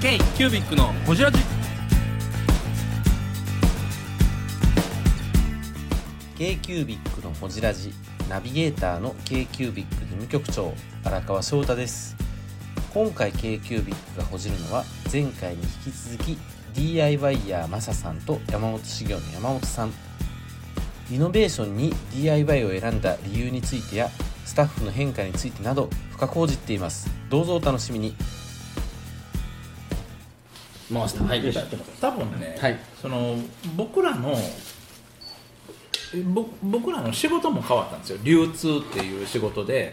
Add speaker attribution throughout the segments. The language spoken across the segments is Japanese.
Speaker 1: K キュービックのホジラジ
Speaker 2: k q b i c のほじラジナビゲーターの k q b i c 事務局長荒川翔太です今回 k q b i c がほじるのは前回に引き続き DIY やマサさんと山本修行の山本さんリノベーションに DIY を選んだ理由についてやスタッフの変化についてなど深くほじっていますどうぞお楽しみに回したはい
Speaker 3: 多分ね、
Speaker 2: はい
Speaker 3: その僕らのえぼ僕らの仕事も変わったんですよ流通っていう仕事で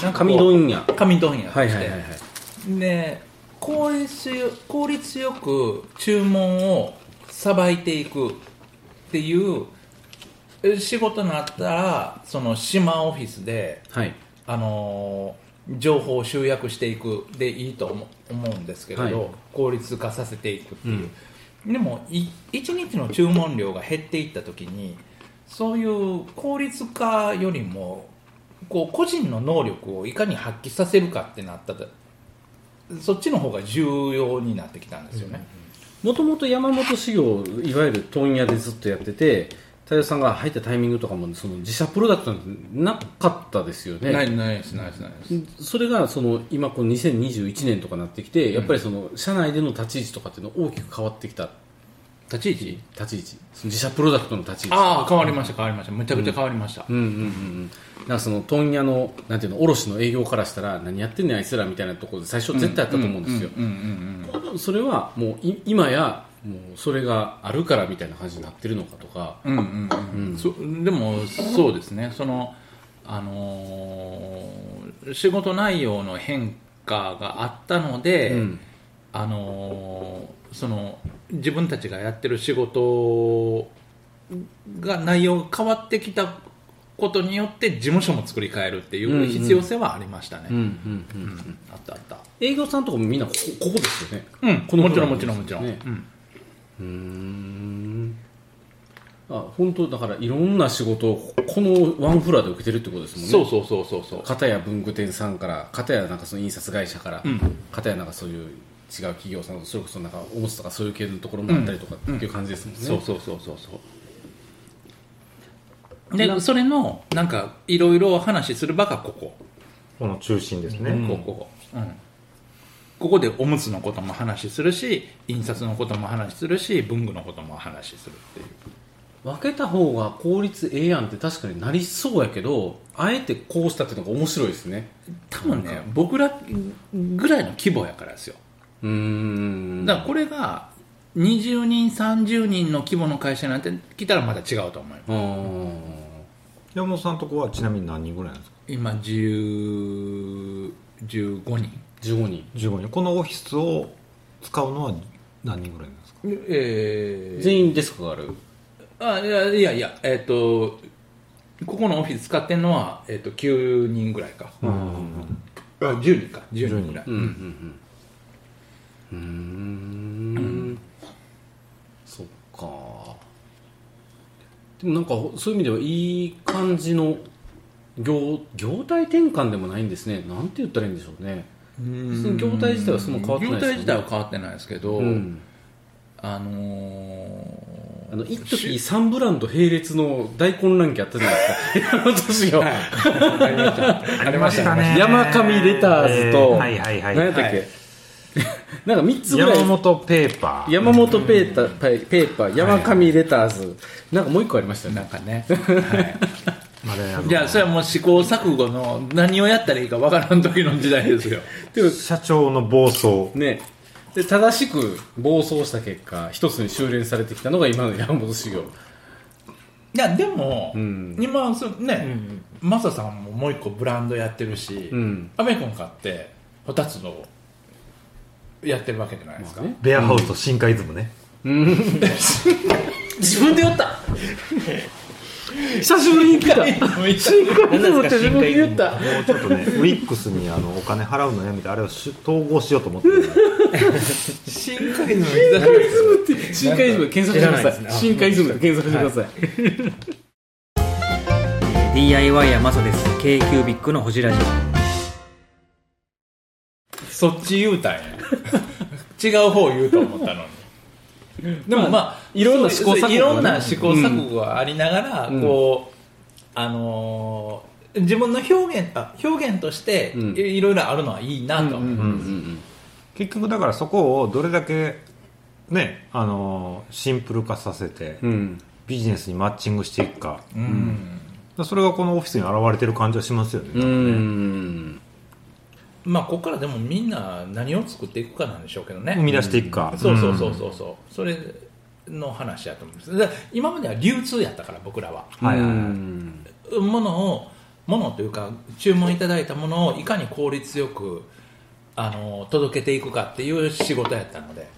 Speaker 3: なんかこう
Speaker 2: 紙問屋
Speaker 3: 紙問屋として、
Speaker 2: はいはいはいはい
Speaker 3: で効率よ効率よく注文をさばいていくっていうえ仕事になったらその島オフィスで
Speaker 2: はい
Speaker 3: あのー情報を集約していくでいいと思思うんですけれど、
Speaker 2: はい
Speaker 3: 効率化させていくっていう、でもい1日の注文量が減っていった時にそういう効率化よりもこう個人の能力をいかに発揮させるかってなったとそっちの方が重要になってきたんですよね、
Speaker 4: もともと山本修行いわゆる問屋でずっとやってて太陽さんが入ったタイミングとかもその自社プロダクトなんてなかったですよね
Speaker 3: いないですないですないです
Speaker 4: それがその今この2021年とかなってきてやっぱりその社内での立ち位置とかっていうの大きく変わってきた
Speaker 3: 立ち位置
Speaker 4: 立ち位置その自社プロダクトの立ち位置
Speaker 3: ああ変わりました変わりましためちゃくちゃ変わりました、
Speaker 4: うんうんうんうんだからその問屋のなんていうの卸の営業からしたら何やってんねんあいつらみたいなところで最初絶対あったと思うんですよ、
Speaker 3: うんうんうん
Speaker 4: それはもうい今やもうそれがあるからみたいな感じになってるのかとか
Speaker 3: うんうんうん、そでもそうですねその、あのー仕事内容の変化があったので、
Speaker 4: うん
Speaker 3: あのーその自分たちがやってる仕事が内容が変わってきたことによって事務所も作り変えるっていう必要性はありましたね、
Speaker 4: うんうんうん
Speaker 3: うんあったあった
Speaker 4: 営業さんとかもみんなここここですよね
Speaker 3: うん
Speaker 4: この
Speaker 3: もちろん
Speaker 4: こ
Speaker 3: も
Speaker 4: と
Speaker 3: ちろんも
Speaker 4: なん
Speaker 3: ち
Speaker 4: で
Speaker 3: ろ
Speaker 4: すよ
Speaker 3: ん、
Speaker 4: ね
Speaker 3: うん
Speaker 4: うーんあ本当だからいろんな仕事をこのワンフロアで受けてるってことですもんね
Speaker 3: そうそうそうそうそう
Speaker 4: 片や文具店さんから片やなんかその印刷会社から、
Speaker 3: うん
Speaker 4: 片やなんかそういう違う企業さんそれこそなんかおむつとかそういう系のところもあったりとかっていう感じですもんね、
Speaker 3: そうそうそうそうそうでそれのなんかいろいろ話する場がここ
Speaker 5: この中心ですね、
Speaker 3: ここ、うん、ここでおむつのことも話するし印刷のことも話するし文具のことも話するっていう
Speaker 4: 分けた方が効率ええやんって確かになりそうやけどあえてこうしたっていうのが面白いですね
Speaker 3: 多分ね僕らぐらいの規模やからですよ
Speaker 4: うーん
Speaker 3: だからこれが20人30人の規模の会社になってきたらまた違うと思います
Speaker 4: うーん
Speaker 5: 山本さんとこはちなみに何人ぐらいなんですか
Speaker 3: 今10 15人
Speaker 4: 15人
Speaker 5: 15人このオフィスを使うのは何人ぐらいなんですか
Speaker 3: えー
Speaker 4: 全員デスクがある
Speaker 3: あいやいやいやえっ、とここのオフィス使ってるのは、えっと9人ぐらいか、あ10人か10人ぐらい、
Speaker 4: うんうんうんうーんそっかでもなんかそういう意味ではいい感じの業業態転換でもないんですねなんて言ったらいいんでしょうね
Speaker 3: うん
Speaker 4: その業態自体はそんな変わってな
Speaker 3: 業
Speaker 4: いですよ
Speaker 3: 態
Speaker 4: ね
Speaker 3: 自体は変わってないですけど、
Speaker 4: うん
Speaker 3: あのー
Speaker 4: あの一時三ブランド並列の大混乱期あったじゃないですか山本氏が、
Speaker 3: ありましたね
Speaker 4: 山上レターズと、
Speaker 5: えーはいはいはい
Speaker 4: 何やったっけ、なんか3つぐらい
Speaker 5: 山本ペーパー
Speaker 4: 山本ペータペペーパー山上レターズ、なんかもう一個ありましたよ
Speaker 3: なん
Speaker 4: ね
Speaker 3: か ね、は
Speaker 5: あれあ
Speaker 3: い、じゃあそれはもう試行錯誤の何をやったらいいかわからん時の時代ですよ
Speaker 4: でも
Speaker 5: の社長の暴走
Speaker 4: ねで正しく暴走した結果一つに修練されてきたのが今の山本修行
Speaker 3: いやでも、
Speaker 4: ん
Speaker 3: 今そね、マサさんももう一個ブランドやってるし、
Speaker 4: うん
Speaker 3: アメコン買ってホタツのやってるわけじゃないですか、
Speaker 4: まあね
Speaker 5: ベアハウスと深海ズムね、
Speaker 4: 自分で言った久しぶりに来た新幹線乗って自分で言った
Speaker 5: もうちょっと ねウィックスにあのお金払うのやめてあれをし統合しようと思ってる
Speaker 3: 深海の水だけです
Speaker 4: 深海イズムで検索してくだ
Speaker 3: 選ばない
Speaker 4: さ
Speaker 3: で
Speaker 4: い
Speaker 3: すね
Speaker 4: 深海イズムで検索してください
Speaker 1: DIY やマサです k キュービックのホジラジ
Speaker 3: そっち言うたんや 違う方を言うと思ったのにでもまあ
Speaker 4: いろんな試行錯誤が
Speaker 3: そ
Speaker 4: ね
Speaker 3: ういろんな試行錯誤がありながら、
Speaker 4: うん
Speaker 3: こうあのー自分の表現あ表現として
Speaker 4: うん
Speaker 3: いいろいろあるのはいいなと、
Speaker 4: うんうん
Speaker 5: 結局だからそこをどれだけねあのーシンプル化させて
Speaker 4: うんうん
Speaker 5: ビジネスにマッチングしていくかだか
Speaker 3: うん
Speaker 5: らそれがこのオフィスに現れてる感じはしますよね、
Speaker 4: うん
Speaker 3: まあここからでもみんな何を作っていくかなんでしょうけどね、
Speaker 5: 生み出していくか、
Speaker 3: そうそうそうそうそう、それの話やと思うんですだから今までは流通やったから僕らは
Speaker 5: はいはいはい
Speaker 4: うん
Speaker 3: ものをものというか注文いただいたものをいかに効率よくあの届けていくかっていう仕事やったので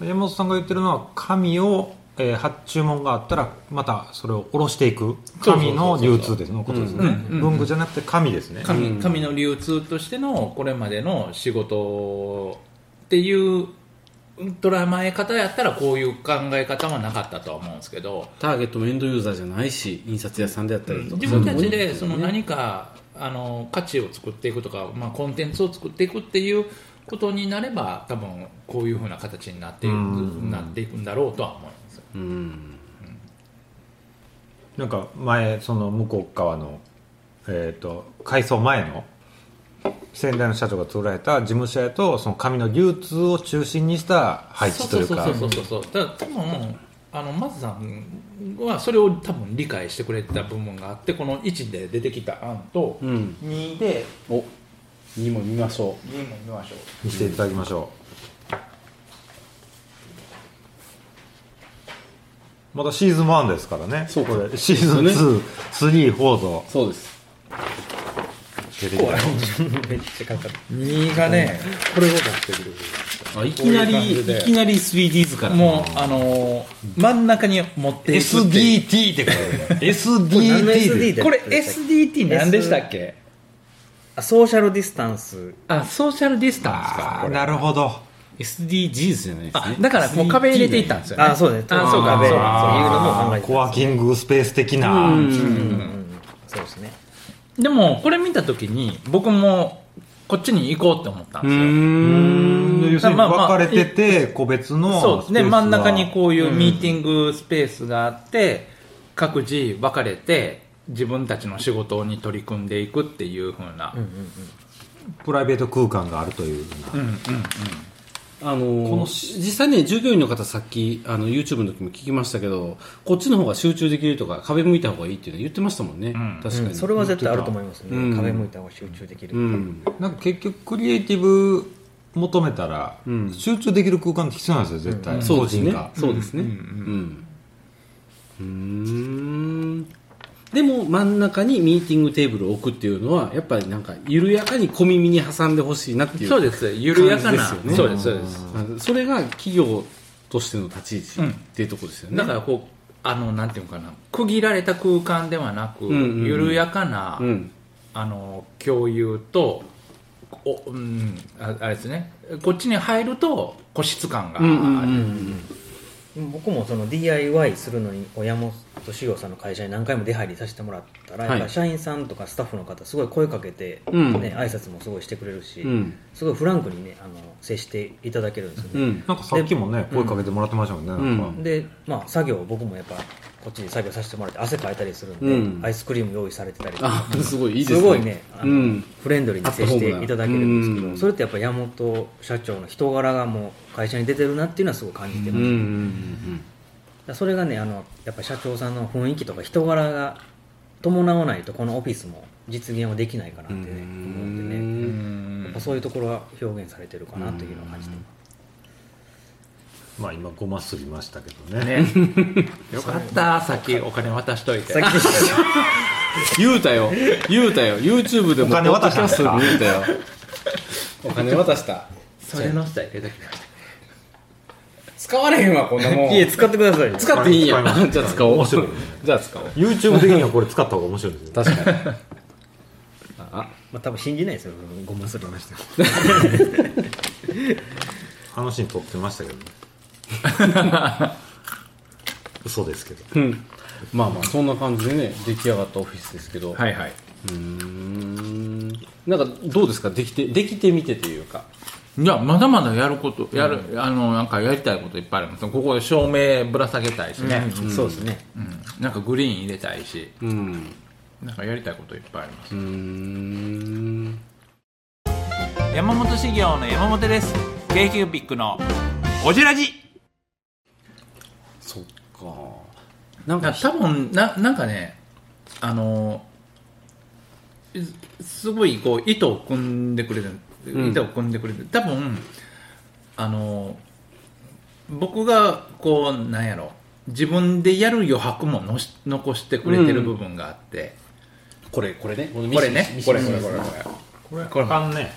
Speaker 5: 山本さんが言ってるのは紙を、えー発注文があったらまたそれを下ろしていく
Speaker 3: そうそうそうそう
Speaker 5: 紙の流通ですのことですね、
Speaker 3: うんうん
Speaker 5: 文具じゃなくて紙ですね、
Speaker 3: 紙紙の流通としてのこれまでの仕事っていう捉え方やったらこういう考え方はなかったとは思うんですけど
Speaker 4: ターゲットもエンドユーザーじゃないし印刷屋さんであったりとか
Speaker 3: 自分たちで
Speaker 4: そ
Speaker 3: そう
Speaker 4: い
Speaker 3: の
Speaker 4: うところ
Speaker 3: 何
Speaker 4: に
Speaker 3: かあの価値を作っていくとか、まあ、コンテンツを作っていくっていうことになれば多分こういうふうな形になっていく
Speaker 5: うん
Speaker 3: なっていくんだろうとは思います
Speaker 4: うん
Speaker 5: なんか前その向こう側の、えー、と改装前の先代の社長が作られた事務所やとその紙の流通を中心にした配置というか
Speaker 3: そうそうそうそうそうだから多分あのマズさんはそれを多分理解してくれてた部分があってこの1で出てきた案と
Speaker 4: うん
Speaker 3: 2で
Speaker 4: おにも見ましょ
Speaker 3: 2も見ましょう
Speaker 5: にしていただきましょうまたシーズン1ですからね
Speaker 4: そうか
Speaker 5: これシーズン2、3、4と
Speaker 4: うそうです
Speaker 5: 出てきた
Speaker 3: めっちゃかかる2がねこれを出してくる
Speaker 4: あいきな
Speaker 3: こういう
Speaker 4: り
Speaker 3: 感じで
Speaker 4: いきなり 3Ds から
Speaker 3: もうあのー真ん中に持っていくっていう
Speaker 5: SDT ってことだよ
Speaker 6: SD
Speaker 5: SDT で
Speaker 6: で
Speaker 3: これ SDT 何でしたっけ
Speaker 6: あソーシャルディスタンス
Speaker 4: あソーシャルディスタンスか
Speaker 5: あーなるほど
Speaker 4: SDGs じゃないですね
Speaker 3: だからもう壁入れていったんですよね
Speaker 6: あそうね
Speaker 3: あそうか
Speaker 6: 壁
Speaker 3: そう
Speaker 6: っていうのも考
Speaker 5: あ
Speaker 6: え
Speaker 5: ー
Speaker 6: て
Speaker 5: コワーキングスペース的な
Speaker 6: うんうんそうですね
Speaker 3: でもこれ見た時に僕もこっちに行こうって思ったんですよ、
Speaker 5: で要するに
Speaker 3: まあま
Speaker 5: 分
Speaker 3: あ
Speaker 5: かれてて個別の
Speaker 3: そ
Speaker 5: ス
Speaker 3: う
Speaker 5: ペ
Speaker 3: で
Speaker 5: ースは
Speaker 3: 真ん中にこういうミーティングスペースがあって、各自分かれて自分たちの仕事に取り組んでいくっていう風な、
Speaker 5: プライベート空間があるというような
Speaker 4: あのー
Speaker 5: この
Speaker 4: 実際ね従業員の方さっきあの YouTube の時も聞きましたけどこっちの方が集中できるとか壁向いた方がいいっていうの言ってましたもんね、
Speaker 3: ん
Speaker 4: 確かに、
Speaker 6: うんそれは絶対あると思います
Speaker 4: う
Speaker 6: ね
Speaker 4: ん
Speaker 6: 壁向いた方が集中できる
Speaker 4: うん
Speaker 5: なんか結局クリエイティブ求めたら
Speaker 4: うん
Speaker 5: 集中できる空間って必要なんですよ絶対
Speaker 4: そう
Speaker 5: 個
Speaker 4: です
Speaker 5: 人
Speaker 4: ね
Speaker 5: が
Speaker 4: そうですねうんうーんでも真ん中にミーティングテーブルを置くっていうのはやっぱりなんか緩やかに小耳に挟んでほしいなっていう
Speaker 3: そうです緩やかな、
Speaker 4: 感じです
Speaker 3: そ
Speaker 4: よ
Speaker 3: うですそうです、
Speaker 4: うんそれが企業としての立ち位置っていうところですよね、
Speaker 3: だからこうあのなんていうのかな区切られた空間ではなく、
Speaker 4: うんうんうん
Speaker 3: 緩やかな、
Speaker 4: うん
Speaker 3: あの共有とお、うん、ああれですねこっちに入ると個室感があ
Speaker 4: う
Speaker 3: る、
Speaker 4: んうんうんうん
Speaker 6: 僕もその DIY するのに親元修行さんの会社に何回も出入りさせてもらったら、
Speaker 4: はい
Speaker 6: やっぱ社員さんとかスタッフの方すごい声かけて、ね
Speaker 4: うん
Speaker 6: 挨拶もすごいしてくれるし、
Speaker 4: うん
Speaker 6: すごいフランクにねあの接していただけるんですよ
Speaker 4: う
Speaker 6: ね、
Speaker 4: ん
Speaker 5: なんかさっきもね声かけてもらってましたもんねなんか
Speaker 4: うん
Speaker 6: で、まあ、作業僕もやっぱこっちで作業させてもらって汗かいたりするんで、
Speaker 4: うん
Speaker 6: アイスクリーム用意されてたりとか
Speaker 4: あすごいいいです
Speaker 6: すごいねあの、
Speaker 4: うん
Speaker 6: フレンドリーに接していただけるんですけど、
Speaker 4: うん
Speaker 6: それってやっぱ山本社長の人柄がもう会社に出てるなっていうのはすごい感じて
Speaker 4: う
Speaker 6: ま
Speaker 4: ん
Speaker 6: す、
Speaker 4: うん
Speaker 6: だからそれがねあのやっぱ社長さんの雰囲気とか人柄が伴わないとこのオフィスも実現はできないかなっ
Speaker 4: う
Speaker 6: て
Speaker 4: んうん
Speaker 6: ね
Speaker 4: う
Speaker 6: 思うんでね
Speaker 3: うんん
Speaker 6: やっぱそういうところが表現されてるかなというのを感じてます
Speaker 5: まあ今ごますりましたけどね
Speaker 3: ね、よかった、さっきお金渡しといて。
Speaker 4: 言うたよ言うたよ YouTube でも
Speaker 5: お金渡したんですか
Speaker 4: ポッドキャストで言うたよお金渡 した
Speaker 3: それの下入れときまし
Speaker 4: 使われへんわこんなもん
Speaker 6: いえ使ってくださいよ
Speaker 4: 使っていいんや
Speaker 5: 使います
Speaker 4: じゃあ使おう
Speaker 5: 面白いね
Speaker 4: じゃあ使おう
Speaker 5: YouTube 的にはこれ使った方が面白いですね
Speaker 4: 確かに
Speaker 6: まあ多分信じないですよごますりました
Speaker 5: あのシーン撮ってましたけどね嘘ですけど
Speaker 4: うんまあまあそんな感じでね出来上がったオフィスですけど、
Speaker 3: た。はいはい。
Speaker 4: うーんなんかどうですかできてできてみてというか
Speaker 3: いやまだまだやることやる、あのなんかやりたいこといっぱいありますここで照明ぶら下げたいしね、
Speaker 6: そうですね
Speaker 3: うんなんかグリーン入れたいし
Speaker 4: うん
Speaker 3: なんかやりたいこといっぱいあります、
Speaker 4: うーん
Speaker 7: 山本修行の山本です。k q ビックのおじらじ
Speaker 4: そっかなん
Speaker 3: な
Speaker 4: か
Speaker 3: 多分ななんかねあのすすごいこう糸を組んでくれる、
Speaker 4: ん
Speaker 3: 糸を組んでくれる多分あの僕がこうなんやろ自分でやる余白ものし残してくれてる部分があって、
Speaker 4: これこれねこのミ
Speaker 3: こ
Speaker 4: シ
Speaker 3: れ
Speaker 4: ミ
Speaker 3: ね
Speaker 4: シ
Speaker 3: これこれこれこれ
Speaker 5: これあかんね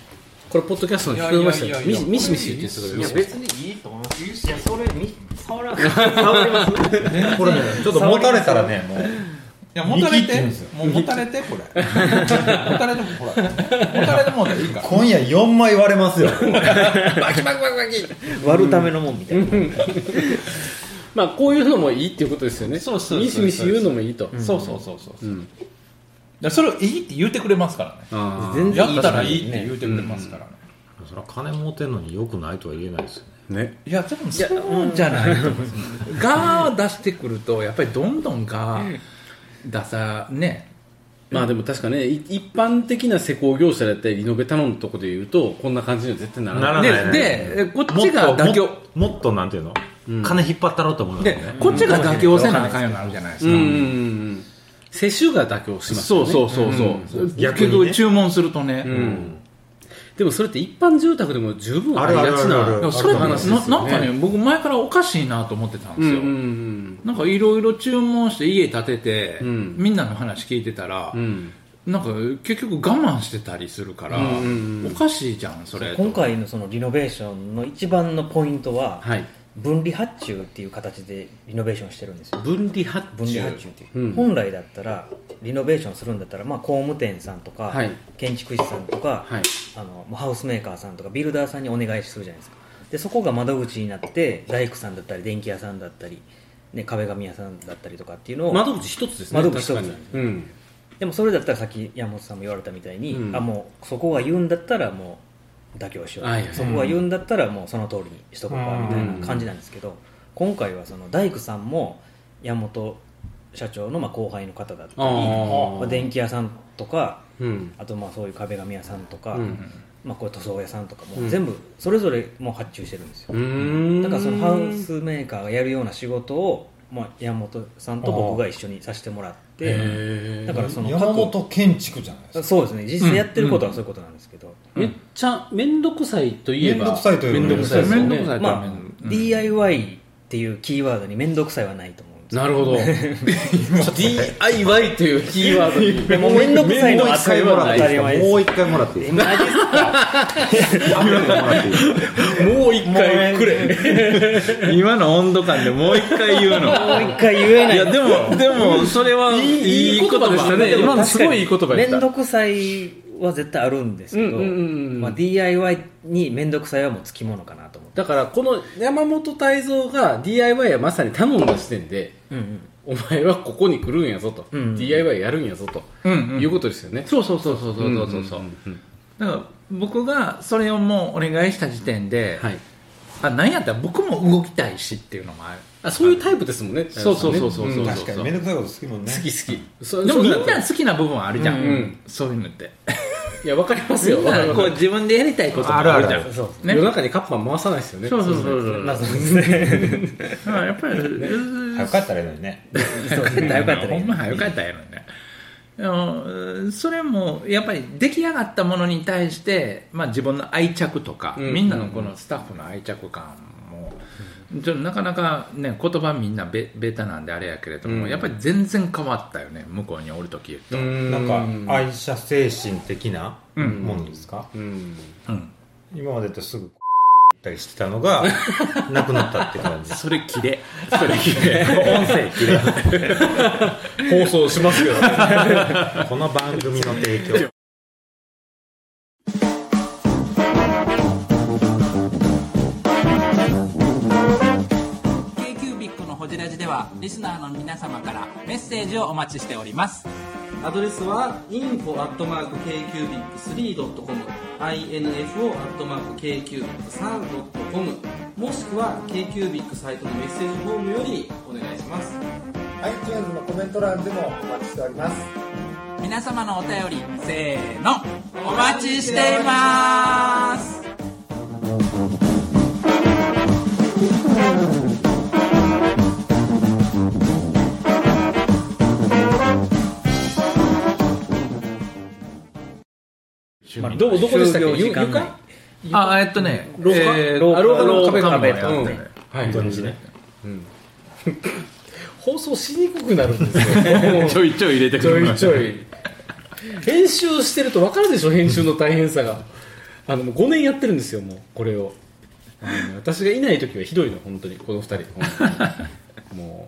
Speaker 4: これポッドキャストで聞こえましたよミシミシミシ言ってすごい
Speaker 8: 別にいいと思いますいやそれみ触ら
Speaker 5: これねちょっと持たれたらねもう
Speaker 7: いや、もたれ
Speaker 5: 右って言
Speaker 7: て
Speaker 5: うんですよ。
Speaker 7: もうもたれて、こ れ。もたれても、ほら。もたれてもうていいから。
Speaker 5: 今夜4枚割れますよ
Speaker 6: 割るためのもんみたいな、
Speaker 4: まあこういうのもいいっていうことですよねそうそうミシミシ言うのもいいと
Speaker 7: そうそうそうそう。
Speaker 4: うん
Speaker 7: でそれをいいって言ってくれますからね。
Speaker 4: あ
Speaker 6: 全
Speaker 7: や
Speaker 6: 然いい
Speaker 7: ったらいいって言ってくれますからね。
Speaker 5: それは金持てんのによくないとは言えないですよね
Speaker 4: あね
Speaker 7: いや、でもそうじゃないと思います。が出してくると、やっぱりどんどんが出さ、ね。
Speaker 4: まあでも確かねい一般的な施工業者だったりリノベ頼むとこで言うとこんな感じには絶対ならない
Speaker 5: ならないね
Speaker 7: で、で、こっちが妥協。
Speaker 5: もっともっとなんていうの、
Speaker 4: ん
Speaker 5: 金引っ張ったろうと思うの
Speaker 7: で、こっちが妥協せなあかんようになるじゃないです
Speaker 4: うん
Speaker 7: か。
Speaker 4: うんうん世襲が妥協します
Speaker 7: そ
Speaker 4: よ
Speaker 7: う
Speaker 4: ね
Speaker 3: そ
Speaker 7: そうう
Speaker 3: そ
Speaker 7: そうう
Speaker 3: そ
Speaker 7: そうう。
Speaker 5: 逆
Speaker 3: 逆
Speaker 5: にね
Speaker 3: に注文するとね、
Speaker 4: うんでもそれって一般住宅でも十分
Speaker 5: あ
Speaker 4: あ
Speaker 5: る
Speaker 4: り
Speaker 5: ある
Speaker 4: がち
Speaker 5: あるあ
Speaker 4: な
Speaker 5: る
Speaker 3: いやそれ
Speaker 4: ある話ですよね
Speaker 3: ななんかね僕前からおかしいなと思ってたん
Speaker 4: う
Speaker 3: で
Speaker 4: ん
Speaker 3: す
Speaker 4: うん
Speaker 3: よ、なんかいろいろ注文して家建てて、
Speaker 4: うん
Speaker 3: みんなの話聞いてたら、
Speaker 4: うんうん
Speaker 3: なんか結局我慢してたりするから、
Speaker 4: うんうんうん
Speaker 3: おかしいじゃんそれ
Speaker 6: 今回のそのリノベーションの一番のポイントは、
Speaker 4: はい
Speaker 6: 分離発注っていう形でリノベーションしてるんですよ
Speaker 4: 分離発
Speaker 6: 分離発注っていう、
Speaker 4: うん
Speaker 6: 本来だったらリノベーションするんだったら、まあ、工務店さんとか、
Speaker 4: はい
Speaker 6: 建築士さんとか、
Speaker 4: はい
Speaker 6: あのハウスメーカーさんとかビルダーさんにお願いするじゃないですかでそこが窓口になって大工さんだったり電気屋さんだったり、ね、壁紙屋さんだったりとかっていうのを
Speaker 4: 窓口一つですね
Speaker 6: 窓口一つ
Speaker 4: 確かにうん
Speaker 6: でもそれだったらさっき山本さんも言われたみたいに、
Speaker 4: うん
Speaker 6: あもうそこが言うんだったらもう妥協しよう、
Speaker 4: はいはい
Speaker 6: そこが言うんだったらもうその通りにしとこうかみたいな感じなんですけど、今回はその大工さんも山本社長のまあ後輩の方だったり
Speaker 4: あー
Speaker 6: まあ、電気屋さんとか
Speaker 4: うん
Speaker 6: あとまあそういう壁紙屋さんとか、
Speaker 4: うん
Speaker 6: まあ、こういう塗装屋さんとか
Speaker 4: う
Speaker 6: も
Speaker 4: ん
Speaker 6: 全部それぞれもう発注してるんですよ、
Speaker 4: うん
Speaker 6: だからそのハウスメーカーがやるような仕事を、まあ、山本さんと僕が一緒にさせてもらって
Speaker 4: へ
Speaker 6: だからその各
Speaker 9: 山本建築じゃないですか
Speaker 6: そうですね実際やってることはそういうことなんですけど、
Speaker 4: めっちゃ面倒くさいといえば
Speaker 9: 面倒くさいといえば
Speaker 4: 面倒くさいですよ
Speaker 3: 面倒くさ
Speaker 4: ね
Speaker 3: い
Speaker 6: まあ、
Speaker 3: うん
Speaker 6: DIY っていうキーワードに面倒くさいはないと思うんです
Speaker 4: なるほど DIY というキーワードに
Speaker 6: でも面倒くさいのは当たり前
Speaker 5: もう
Speaker 6: 当たり前です
Speaker 5: 一回もらっていいです
Speaker 6: マジっすか
Speaker 5: かもう一回もらっていいですか
Speaker 4: もう一回くれ
Speaker 3: 今の温度感でもう一回言うの
Speaker 6: もう一回言えない
Speaker 3: いやでも でもそれはいい
Speaker 4: い
Speaker 3: い言葉でしたね今のすごいいい言葉で
Speaker 6: 面
Speaker 3: した
Speaker 6: 倒くさいは絶対あるんですけど、
Speaker 4: うんうんうんうん
Speaker 6: まあ、DIY に面倒くさいはもうつきものかなと思って、
Speaker 4: だからこの山本泰造が DIY はまさに頼んだ時点で
Speaker 6: うんうん、
Speaker 4: お前はここに来るんやぞと、
Speaker 6: うん
Speaker 4: DIY やるんやぞと、
Speaker 3: うんうん
Speaker 4: いうことですよね
Speaker 3: そうそうそうそうそうそうそう,、だから僕がそれをもうお願いした時点で、
Speaker 4: はい、
Speaker 3: あなんやったら僕も動きたいしっていうのもある
Speaker 4: あそういうタイプですもんね
Speaker 3: そうそうそうそうそううんそう
Speaker 9: 確かに面倒くさいこと好きもんね
Speaker 4: 好き好きそ
Speaker 3: でも
Speaker 4: そう
Speaker 3: み
Speaker 4: だと
Speaker 3: んな好きな部分あるじゃん、
Speaker 4: うんうん
Speaker 3: そういうの って
Speaker 4: いやわかりますよ
Speaker 3: みんなこう自分でやりたいこともあるじゃん
Speaker 5: あるあ
Speaker 6: そう
Speaker 3: ね
Speaker 4: 世の中にカッパン回さないですよ ね
Speaker 3: そうそうそう そう
Speaker 6: まあそうですね
Speaker 3: だからやっぱりうん
Speaker 9: 早く帰ったらいいのにね
Speaker 6: そうですねよかっ
Speaker 3: ほ
Speaker 6: た
Speaker 3: ん
Speaker 6: ね
Speaker 3: ま早かったやろねあのうんそれもやっぱり出来上がったものに対して、まあ、自分の愛着とか、
Speaker 4: うん
Speaker 3: みんなのこのスタッフの愛着感も、ちょっとなかなか、ね、言葉みんなベベタなんであれやけれども、
Speaker 4: うん
Speaker 3: やっぱり全然変わったよね向こうにおる時と、
Speaker 4: ん
Speaker 5: なんか愛車精神的なものですか、
Speaker 4: うん
Speaker 3: うん
Speaker 5: 今までとすぐ行ったりしてたのがなくなったって感じ
Speaker 3: それきれ
Speaker 5: それ聞いて音声切れ放送しますけど、この番組の提供
Speaker 10: k q b i c のホジラジではリスナーの皆様からメッセージをお待ちしております
Speaker 11: アドレスは info.kcubic3.com info.kcubic3.com もしくは KQBIC サイトのメッセージフォームよりお願いします
Speaker 12: iTunes のコメント欄でもお待ちしております
Speaker 3: 皆様のお便りせーのお待ちしています
Speaker 4: どうどこでしたっけ
Speaker 6: 終
Speaker 4: ゆ
Speaker 6: 業時間
Speaker 4: 床
Speaker 6: 内
Speaker 3: あえっとね
Speaker 4: 廊下
Speaker 3: えー
Speaker 6: 廊下
Speaker 3: 廊下の壁紙も
Speaker 6: 壁
Speaker 3: やっ
Speaker 6: と
Speaker 3: て
Speaker 6: かね
Speaker 3: てね
Speaker 4: はい、土日ね。 放送しにくくなるん ですよ。
Speaker 3: ょいちょい入れて
Speaker 4: ちょいちょい。編集してると分かるでしょ、編集の大変さが。あの、もう5年やってるんですよ、もう、これを。あの私がいない時はひどいの、本当に、この2人。本当にも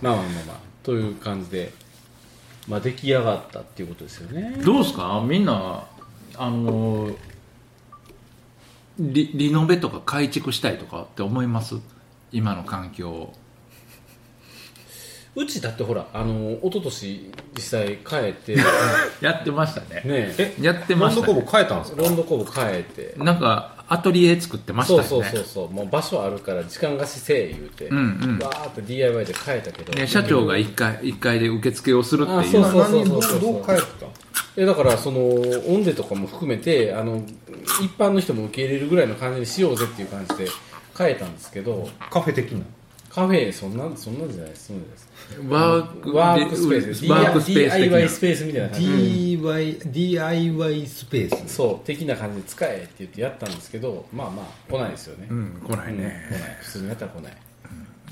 Speaker 4: う、まあまあまあまあ、という感じで、まあ、出来上がったっていうことですよね。
Speaker 3: どうですかみんなあのーリリノベとか改築したいとかって思います今の環境を
Speaker 4: うちだってほら、あの、一昨年実際変え て、
Speaker 3: やってましたね
Speaker 4: ねえ、
Speaker 3: やってました、ね、
Speaker 13: 変えたんです
Speaker 4: ロンドコブ変えて、
Speaker 3: なんかアトリエ作ってましたよ
Speaker 4: そう
Speaker 3: ね
Speaker 4: そうそうそうもう場所あるから時間貸しせえ言うて、
Speaker 3: うんうん
Speaker 4: わーっと DIY で変えたけど、
Speaker 3: ね、社長が1階一階で受付をするっていう
Speaker 4: あそうそうそうそう
Speaker 5: 何どう変えてた
Speaker 4: えだからそのオンデとかも含めてあの一般の人も受け入れるぐらいの感じにしようぜっていう感じで変えたんですけど
Speaker 13: カフェ的な
Speaker 4: カフェそんなんそんなんじゃないですそうじゃないです
Speaker 3: ワーク
Speaker 4: ワークスペースです
Speaker 3: ワークスペース
Speaker 4: DIY
Speaker 3: 的
Speaker 4: スペースみたいな感じ
Speaker 5: DIY スペース
Speaker 4: そう的な感じで使えって言ってやったんですけどまあまあ来ないですよね、
Speaker 3: なうん来ないね、
Speaker 4: 来ない普通にやったら来ないっ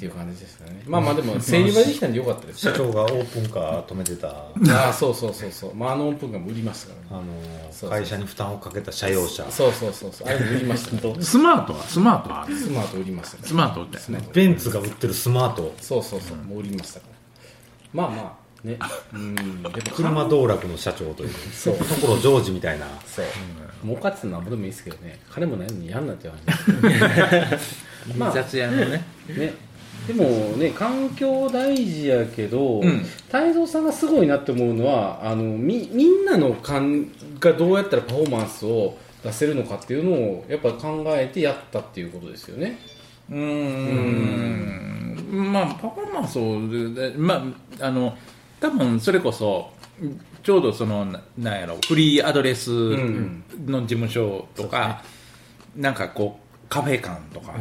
Speaker 4: ていう感じでしたねまあまあでも整理はできたんでよかったです
Speaker 5: 社長がオープンカー止めてたあ
Speaker 4: ああそうそうそうそう、まあ、あのオープンが売りましたからね
Speaker 5: の
Speaker 4: そうそう
Speaker 5: 会社に負担をかけた社用車
Speaker 4: そうそうそうそうあれも売りました ね
Speaker 3: スマートはスマートはある
Speaker 4: スマート売りましたね
Speaker 3: スマートって
Speaker 4: スマート
Speaker 5: ベンツが売ってるスマート
Speaker 4: そうそうそうもう売りましたからまあまあねうんでも
Speaker 5: 車道楽の社長という
Speaker 4: そう
Speaker 5: 所ジョージみたいな
Speaker 4: そう儲かってなんぼでもいいですけどね金もないのにやんなって話 まあ
Speaker 3: 雑屋のね
Speaker 4: ねでもね環境大事やけど、
Speaker 3: ん
Speaker 4: 太蔵さんがすごいなって思うのはあのみみんなの感がどうやったらパフォーマンスを出せるのかっていうのをやっぱ考えてやったっていうことですよね
Speaker 3: うーんまあパフォーマンスをででまああの多分それこそちょうどそのななんやろフリーアドレス
Speaker 4: ん
Speaker 3: の事務所とか、なんかこうカフェ館とか、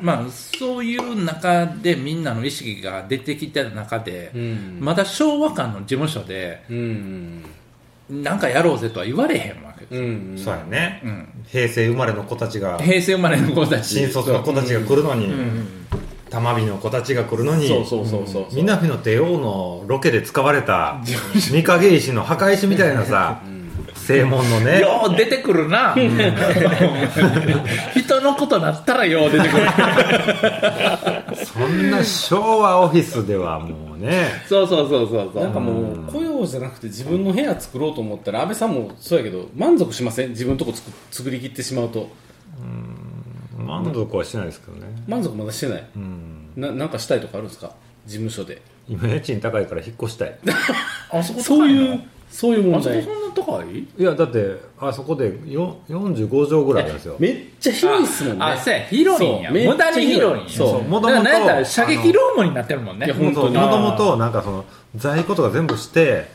Speaker 3: まあそういう中でみんなの意識が出てきた中で、
Speaker 4: ん
Speaker 3: まだ昭和館の事務所で
Speaker 4: うん
Speaker 3: なんかやろうぜとは言われへんわけです、
Speaker 4: うん
Speaker 5: そうやね、
Speaker 3: ん
Speaker 5: 平成生まれの子たちが
Speaker 3: 平成生まれの子たち
Speaker 5: 新卒の子たちが来るのに、玉美の子たちが来るのに
Speaker 4: そうそうそうそう
Speaker 5: みんなの帝王のロケで使われた三影石の墓石みたいなさ正門のね
Speaker 3: よう出てくる な人のことなったらよう出てくる
Speaker 5: そんな昭和オフィスではもうね
Speaker 3: そうそうそうそうそう
Speaker 4: なんかもう雇用じゃなくて自分の部屋作ろうと思ったら安倍さんもそうやけど満足しません自分のとこ作作りきってしまうと
Speaker 5: 満足はしないですけどね
Speaker 4: 満足まだしてない、ななんかしたいとかあるんですか事務所で
Speaker 5: 今家賃高いから引っ越したい
Speaker 3: あそこ
Speaker 4: そう
Speaker 3: う
Speaker 4: いうそういう
Speaker 3: あ
Speaker 4: 問
Speaker 3: そこ
Speaker 4: 題
Speaker 3: そんな高い
Speaker 5: いやだってあそこでよ45畳ぐらいなんですよ
Speaker 4: めっちゃ広いっすもんね
Speaker 3: あそうや広いんや
Speaker 4: そうめっちゃ
Speaker 3: 無駄に広いんや
Speaker 4: そう
Speaker 5: もと
Speaker 3: だからな
Speaker 5: も
Speaker 3: んやったら
Speaker 5: と
Speaker 3: 射撃ロームになってるもんね
Speaker 5: もともとなんかその在庫とか全部して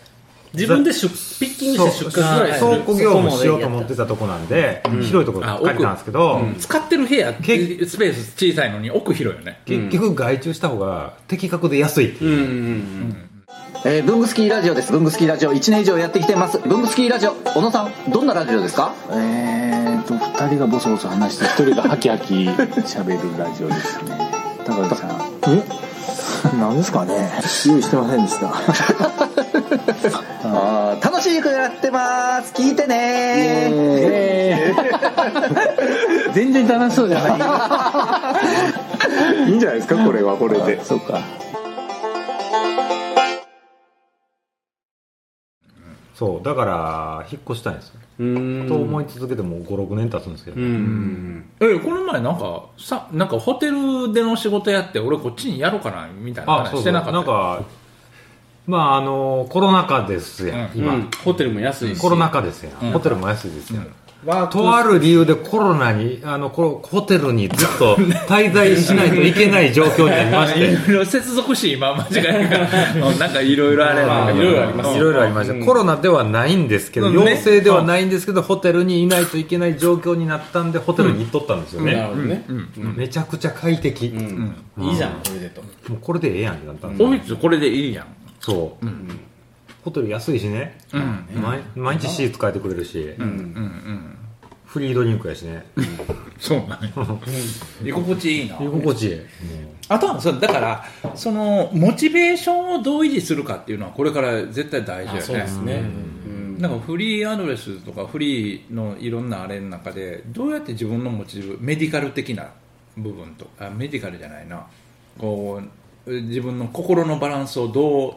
Speaker 4: 自分で出ピッキングして出荷するぐらいす
Speaker 5: 倉
Speaker 4: る
Speaker 5: 庫業務しようと思ってたとこなんで、広いところ借りたんですけど、
Speaker 3: 使ってる部屋スペ
Speaker 5: け
Speaker 3: ース小さいのに奥広いよね
Speaker 5: 結局外注した方が的確で安いっていう、
Speaker 14: えー、ブングスキーラジオです。ブングスキーラジオ1年以上やってきてます。ブングスキーラジオ、小野さん、どんなラジオですかえーと、2人がボソボソ話して、1人がハキハ キ喋るラジオですね。高橋さん。え何ですかね用意してませんで した。あー楽しい曲やってます。聞いてね 全然楽しそうじゃ ない。いいんじゃないですか、これはこれで。そうか。
Speaker 5: そうだから引っ越したいんですよ、と思い続けてもう56年経つんですけど、
Speaker 3: えこの前なんかさなんかホテルでの仕事やって俺こっちにやろうかなみたいな
Speaker 5: あそ
Speaker 3: 話
Speaker 5: う
Speaker 3: し
Speaker 5: そ
Speaker 3: て
Speaker 5: う
Speaker 3: な
Speaker 5: な
Speaker 3: かった
Speaker 5: んかまああのコロナ禍ですやん、
Speaker 4: うん
Speaker 5: 今、
Speaker 4: うんホテルも安いし
Speaker 5: コロナ禍ですやん、
Speaker 4: うん
Speaker 5: ホテルも安いですやん、とある理由でコロナにあのこホテルにずっと滞在しないといけない状況になりまし て
Speaker 15: いろいろ接続し今間 違えるからうんなんかいろいろあれなんだけどうん
Speaker 5: いろいろありますよコロナではないんですけど、
Speaker 15: うん
Speaker 5: 陽性ではないんですけど、ホテルにいないといけない状況になったんで、ホテルに行っとったんですよね。
Speaker 4: うんなるほどね
Speaker 5: うんめちゃくちゃ快適。う
Speaker 4: いいじゃんこれでと。
Speaker 5: もうこれでええやんってなったん
Speaker 15: オフィスこれでいいやん
Speaker 5: そう。ホテル安いしね。
Speaker 15: うん
Speaker 5: 毎毎日シーツ変えてくれるし。フリードリンクやしね。
Speaker 15: そう なの居心地いいな
Speaker 5: 居心地いい。
Speaker 15: あとはそうだからそのモチベーションをどう維持するかっていうのはこれから絶対大事だよね
Speaker 4: あそうですねうん
Speaker 15: なんかフリーアドレスとかフリーのいろんなあれの中でどうやって自分のモチベメディカル的な部分とあメディカルじゃないなこう自分の心のバランスをど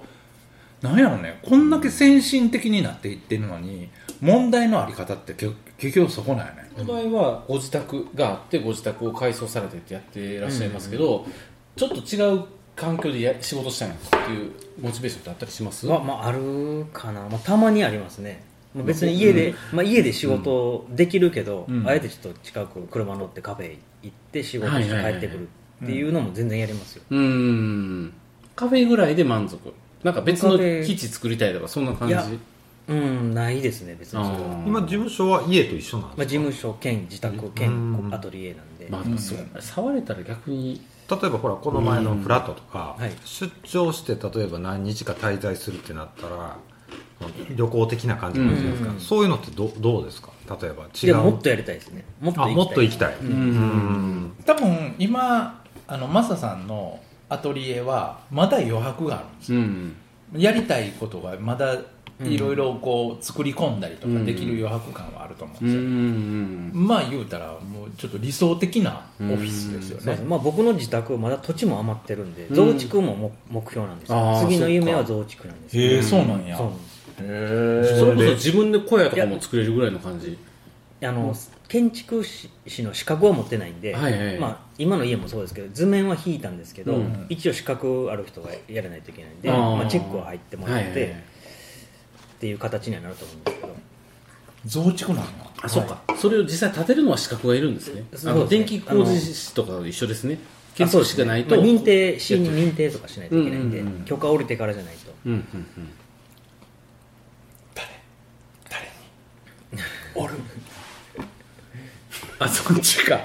Speaker 15: うなんやろねこんだけ先進的になっていってるのに問題のあり方って結結局そこなんやね
Speaker 4: この場合はご自宅があってご自宅を改装されてってやってらっしゃいますけど、ちょっと違う環境でや仕事したいなっていうモチベーションってあったりします
Speaker 6: まあ、まあ、あるかな、まあ、たまにありますね、まあ、別に家で、まあ、家で仕事できるけど、
Speaker 15: うん
Speaker 6: あえてちょっと近く車乗ってカフェ行って仕事して帰ってくるっていうのも全然やりますよ、
Speaker 4: うーんカフェぐらいで満足なんか別の基地作りたいとかそんな感じ
Speaker 6: いやうんないですね別にそれは
Speaker 4: あー
Speaker 5: 今、事務所は家と一緒なんです
Speaker 6: まあ、事務所兼自宅兼アトリエなんで、
Speaker 4: まあそう触れたら逆に
Speaker 5: 例えばほらこの前のフラットとか、
Speaker 6: うんはい
Speaker 5: 出張して例えば何日か滞在するってなったら旅行的な感じになるじゃないですか、
Speaker 6: うん
Speaker 5: そういうのってどどうですか例えば違
Speaker 6: で
Speaker 5: う
Speaker 6: ももっとやりたいですねもっと
Speaker 5: あもっと行きたい、
Speaker 6: う
Speaker 5: うんん
Speaker 3: 多分今あのマサさんのアトリエはまだ余白があるんですよ
Speaker 4: うん
Speaker 3: やりたいことがまだいろいろこう作り込んだりとかできる余白感はあると思うん
Speaker 4: う
Speaker 3: ですよ、
Speaker 4: ん
Speaker 3: まあ言うたらもうちょっと理想的なオフィスですよ
Speaker 6: そう
Speaker 3: ね
Speaker 6: ですねまあ、僕の自宅まだ土地も余ってるんで
Speaker 3: うん
Speaker 6: 増築もも目標なんですよ
Speaker 4: あー
Speaker 6: 次の夢は
Speaker 4: そ
Speaker 6: 増築なんですよ
Speaker 3: へえそうなんや
Speaker 6: そうなんです
Speaker 4: それこそ自分で小屋とかも作れるぐらいの感じ
Speaker 6: あの建築士の資格は持ってないんで、
Speaker 4: はいはい
Speaker 6: まあ、今の家もそうですけど図面は引いたんですけど、
Speaker 4: うん
Speaker 6: 一応資格ある人がやらないといけないんで
Speaker 4: あー
Speaker 6: まあ、チェックは入ってもらって、
Speaker 4: はいはいはい
Speaker 6: っていう形にはなると思うんですけど
Speaker 3: 増築なんや
Speaker 4: あそうか、それを実際建てるのは資格がいるんですね
Speaker 6: そうですね
Speaker 4: あの電気工事士とかと一緒ですね建
Speaker 6: あそう
Speaker 4: 築士
Speaker 6: です
Speaker 4: が
Speaker 6: ね
Speaker 4: ないと
Speaker 6: まあ認定市に認定とかしないといけないんで、
Speaker 4: うんうんうん
Speaker 6: 許可降りてからじゃないと
Speaker 4: うんうんうん
Speaker 3: おる
Speaker 15: あそっち か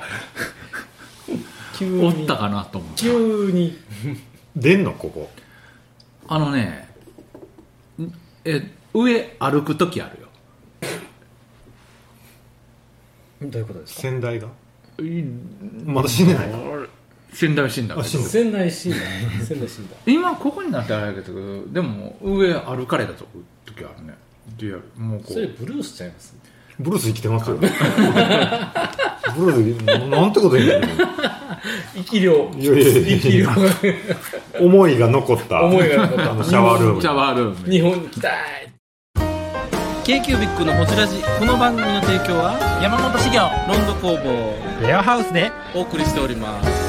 Speaker 15: おったかなと思って
Speaker 4: 急に
Speaker 5: 出んのここ
Speaker 15: あのねんえ上歩く時あるよ
Speaker 6: どういうことですか
Speaker 5: 先代がまだ死んでない
Speaker 15: 死んだよ死んだよ
Speaker 5: あ死んだ
Speaker 4: 仙台死んだ仙台死んだ
Speaker 15: 今ここになってあれだけどでも上歩かれた時あるねリアルもうこ
Speaker 4: それ
Speaker 15: う
Speaker 4: ブルースちゃいます
Speaker 5: ブルース生きてますよブルースなんてこと言うんだよ
Speaker 4: 生き量
Speaker 5: いやいやい
Speaker 4: 生
Speaker 5: や
Speaker 4: き量
Speaker 5: 思いが残った
Speaker 4: 思いが残った
Speaker 5: あのシャワールーム
Speaker 15: シャワールーム
Speaker 4: 日本に来たい
Speaker 2: k q b i c のホジラジこの番組の提供は山本資源ロンド工房
Speaker 5: レアハウスで
Speaker 2: お送りしております